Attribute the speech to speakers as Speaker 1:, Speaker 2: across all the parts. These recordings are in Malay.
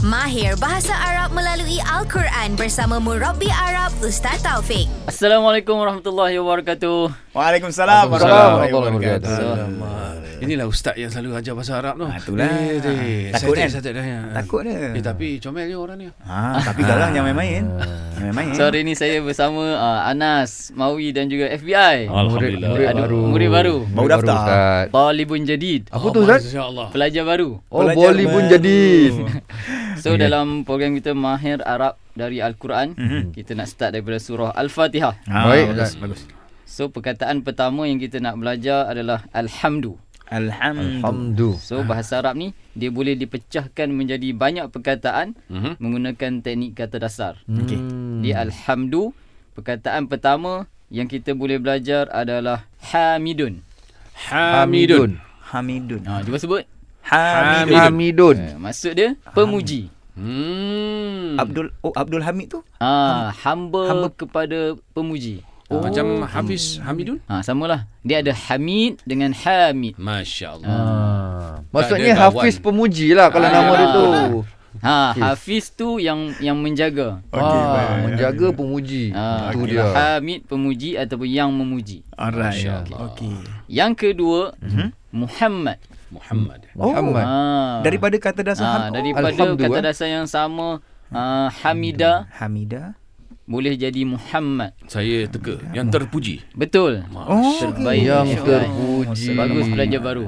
Speaker 1: Mahir Bahasa Arab melalui Al-Quran bersama Murabi Arab Ustaz Taufik.
Speaker 2: Assalamualaikum warahmatullahi wabarakatuh.
Speaker 3: Waalaikumsalam warahmatullahi wabarakatuh.
Speaker 4: Inilah ustaz yang selalu ajar bahasa Arab tu.
Speaker 3: Ah, itulah.
Speaker 4: Eh, deh.
Speaker 3: Takut
Speaker 4: Satik,
Speaker 3: kan?
Speaker 4: satik dah.
Speaker 3: Takut dia.
Speaker 4: Eh, tapi comel je orang ni.
Speaker 3: Ha, tapi garang jangan main-main. Jangan main-main.
Speaker 5: Hmm?
Speaker 2: So hari ini saya bersama uh, Anas, Mawi dan juga FBI.
Speaker 5: Alhamdulillah.
Speaker 2: Murid,
Speaker 5: Murid
Speaker 2: baru.
Speaker 5: baru.
Speaker 2: Murid baru.
Speaker 3: Baru daftar.
Speaker 5: Ustaz.
Speaker 2: Talibun jadid.
Speaker 5: Apa tu Ustaz?
Speaker 4: Masya-Allah.
Speaker 2: Pelajar baru.
Speaker 5: Oh, ya.
Speaker 3: Pelajar
Speaker 5: boli pun
Speaker 3: baru.
Speaker 5: jadi.
Speaker 2: So dalam program kita Mahir Arab dari Al-Quran,
Speaker 5: Hmm.
Speaker 2: kita nak start daripada surah Al-Fatihah.
Speaker 3: Ha,
Speaker 5: Baik,
Speaker 3: bagus,
Speaker 5: Ustaz.
Speaker 3: bagus.
Speaker 2: So perkataan pertama yang kita nak belajar adalah alhamdu.
Speaker 3: Alhamdulillah.
Speaker 5: Hamdu.
Speaker 2: So bahasa Arab ni dia boleh dipecahkan menjadi banyak perkataan
Speaker 4: Mhm.
Speaker 2: menggunakan teknik kata dasar.
Speaker 3: Okey.
Speaker 2: Di alhamdu perkataan pertama yang kita boleh belajar adalah hamidun.
Speaker 4: Hamidun.
Speaker 3: Hamidun.
Speaker 2: Ha cuba sebut.
Speaker 3: Hamidun.
Speaker 5: Hamidun.
Speaker 2: Eh, maksud dia pemuji.
Speaker 4: Hmm.
Speaker 3: Abdul oh Abdul Hamid tu?
Speaker 2: Ha hamba,
Speaker 3: Hamba.
Speaker 2: kepada pemuji.
Speaker 4: Oh. Macam Hafiz Hamidun.
Speaker 2: Ha samalah. Dia ada hamid dengan hamid.
Speaker 4: Masya-Allah.
Speaker 5: Ah.
Speaker 3: Ah.
Speaker 4: Tak ada
Speaker 5: Maksudnya
Speaker 4: kawan.
Speaker 5: Hafiz pemuji lah kalau
Speaker 2: Ah,
Speaker 5: nama dia tu. Ah,
Speaker 2: Ha
Speaker 5: Okey.
Speaker 2: hafiz tu yang yang menjaga.
Speaker 3: Okey, baik,
Speaker 5: Ah,
Speaker 3: baik,
Speaker 5: menjaga pemuji.
Speaker 2: Ha,
Speaker 5: Tu
Speaker 2: okay.
Speaker 5: dia.
Speaker 2: hamid pemuji ataupun yang memuji.
Speaker 3: Alright.
Speaker 4: Masya-Allah.
Speaker 3: Okey.
Speaker 2: Yang kedua, Muhammad.
Speaker 4: Muhammad.
Speaker 2: Mhm.
Speaker 5: Muhammad.
Speaker 2: Ha.
Speaker 3: Daripada kata oh, dasar
Speaker 2: ha,
Speaker 3: ham-
Speaker 2: daripada
Speaker 5: Alhamdu,
Speaker 2: kata
Speaker 5: eh.
Speaker 2: dasar yang sama uh, Hamida
Speaker 3: Hamida.
Speaker 2: boleh jadi Muhammad.
Speaker 4: Saya teka yang terpuji.
Speaker 2: Betul.
Speaker 3: Hmm. Oh,
Speaker 2: Terbaik.
Speaker 5: Yang
Speaker 2: Baik.
Speaker 5: terpuji.
Speaker 2: Bagus pelajar baru.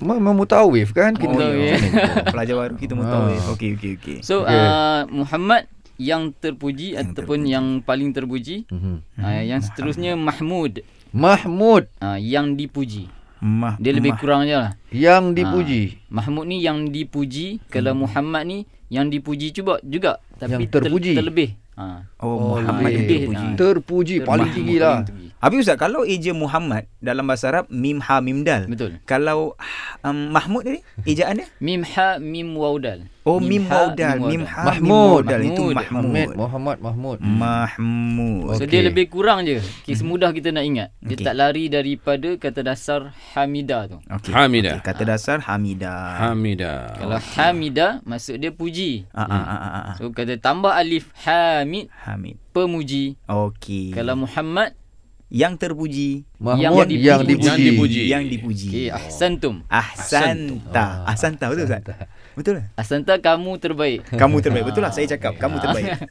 Speaker 5: Memang mutawif kan kita.
Speaker 2: Mutawif,
Speaker 5: ni?
Speaker 2: ya.
Speaker 3: Pelajar baru kita mu tahu. Okey, okey, okey.
Speaker 2: So
Speaker 5: Okey.
Speaker 2: uh, Muhammad yang terpuji ataupun yang paling terpuji.
Speaker 5: Mhm.
Speaker 2: Uh, yang seterusnya Mahmud
Speaker 5: Mahmud
Speaker 2: uh, yang dipuji.
Speaker 3: Mah.
Speaker 2: Dia lebih kurang je lah.
Speaker 5: yang
Speaker 2: Ha,
Speaker 5: dipuji.
Speaker 2: Mahmud ni yang dipuji, kalau
Speaker 3: Hmm.
Speaker 2: Muhammad ni yang dipuji cuba juga tapi
Speaker 5: Yang terpuji.
Speaker 2: Ter, terlebih. Ha.
Speaker 3: Oh, Muhammad
Speaker 2: lebih.
Speaker 3: lebih.
Speaker 2: Ah.
Speaker 5: Terpuji
Speaker 2: Termahmud,
Speaker 5: paling tinggi lah.
Speaker 2: paling tinggi.
Speaker 3: Habis Ustaz, kalau eja Muhammad dalam bahasa Arab mim ha mim dal.
Speaker 2: Betul.
Speaker 3: Kalau um, Mahmud ni ejaan dia?
Speaker 2: Mim ha mim waudal.
Speaker 3: Oh, mim
Speaker 2: ha,
Speaker 3: waudal, mim ha mim
Speaker 5: Mahmud.
Speaker 3: waudal itu
Speaker 2: Mahmud.
Speaker 3: Mahmud.
Speaker 5: Muhammad, Muhammad, Mahmud.
Speaker 3: Mahmud.
Speaker 2: So
Speaker 5: Okey.
Speaker 2: dia lebih kurang je. Kis mudah kita nak ingat. Dia
Speaker 3: Mhm. Okey.
Speaker 2: tak lari daripada kata dasar hamida tu.
Speaker 3: Okey.
Speaker 4: Hamidah.
Speaker 3: Okey, Kata dasar
Speaker 4: Ha.
Speaker 3: Hamidah.
Speaker 4: Hamidah.
Speaker 2: Kalau hamida maksud dia puji.
Speaker 3: Ah, ah, ah, ah, ah.
Speaker 2: So kata tambah alif hamid
Speaker 3: Hamid.
Speaker 2: pemuji.
Speaker 3: Okey.
Speaker 2: Kalau Muhammad
Speaker 3: yang terpuji,
Speaker 5: Mahmud
Speaker 2: Yang dipuji. ah.
Speaker 5: yang dipuji.
Speaker 4: Yang dipuji.
Speaker 3: yang dipuji.
Speaker 2: okay, ahsantum.
Speaker 3: Ahsanta. Ahsanta betul Ustaz? Betul lah.
Speaker 2: Ahsanta kamu terbaik.
Speaker 3: Kamu terbaik. Betul lah saya cakap kamu terbaik.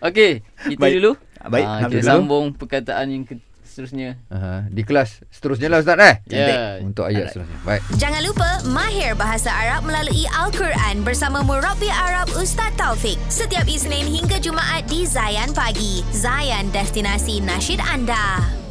Speaker 2: Okey, itu
Speaker 3: Baik.
Speaker 2: dulu.
Speaker 3: Baik,
Speaker 2: Ah,
Speaker 3: ambil
Speaker 2: kita
Speaker 3: dulu.
Speaker 2: sambung perkataan yang ke- seterusnya.
Speaker 5: Aha, di kelas seterusnya lah Ustaz eh.
Speaker 2: Ya.
Speaker 5: Untuk ayat seterusnya. Baik.
Speaker 1: Jangan lupa Mahir Bahasa Arab melalui Al-Quran bersama Murabi Arab Ustaz Taufik. Setiap Isnin hingga Jumaat di Zayan Pagi. Zayan, destinasi nasyid anda.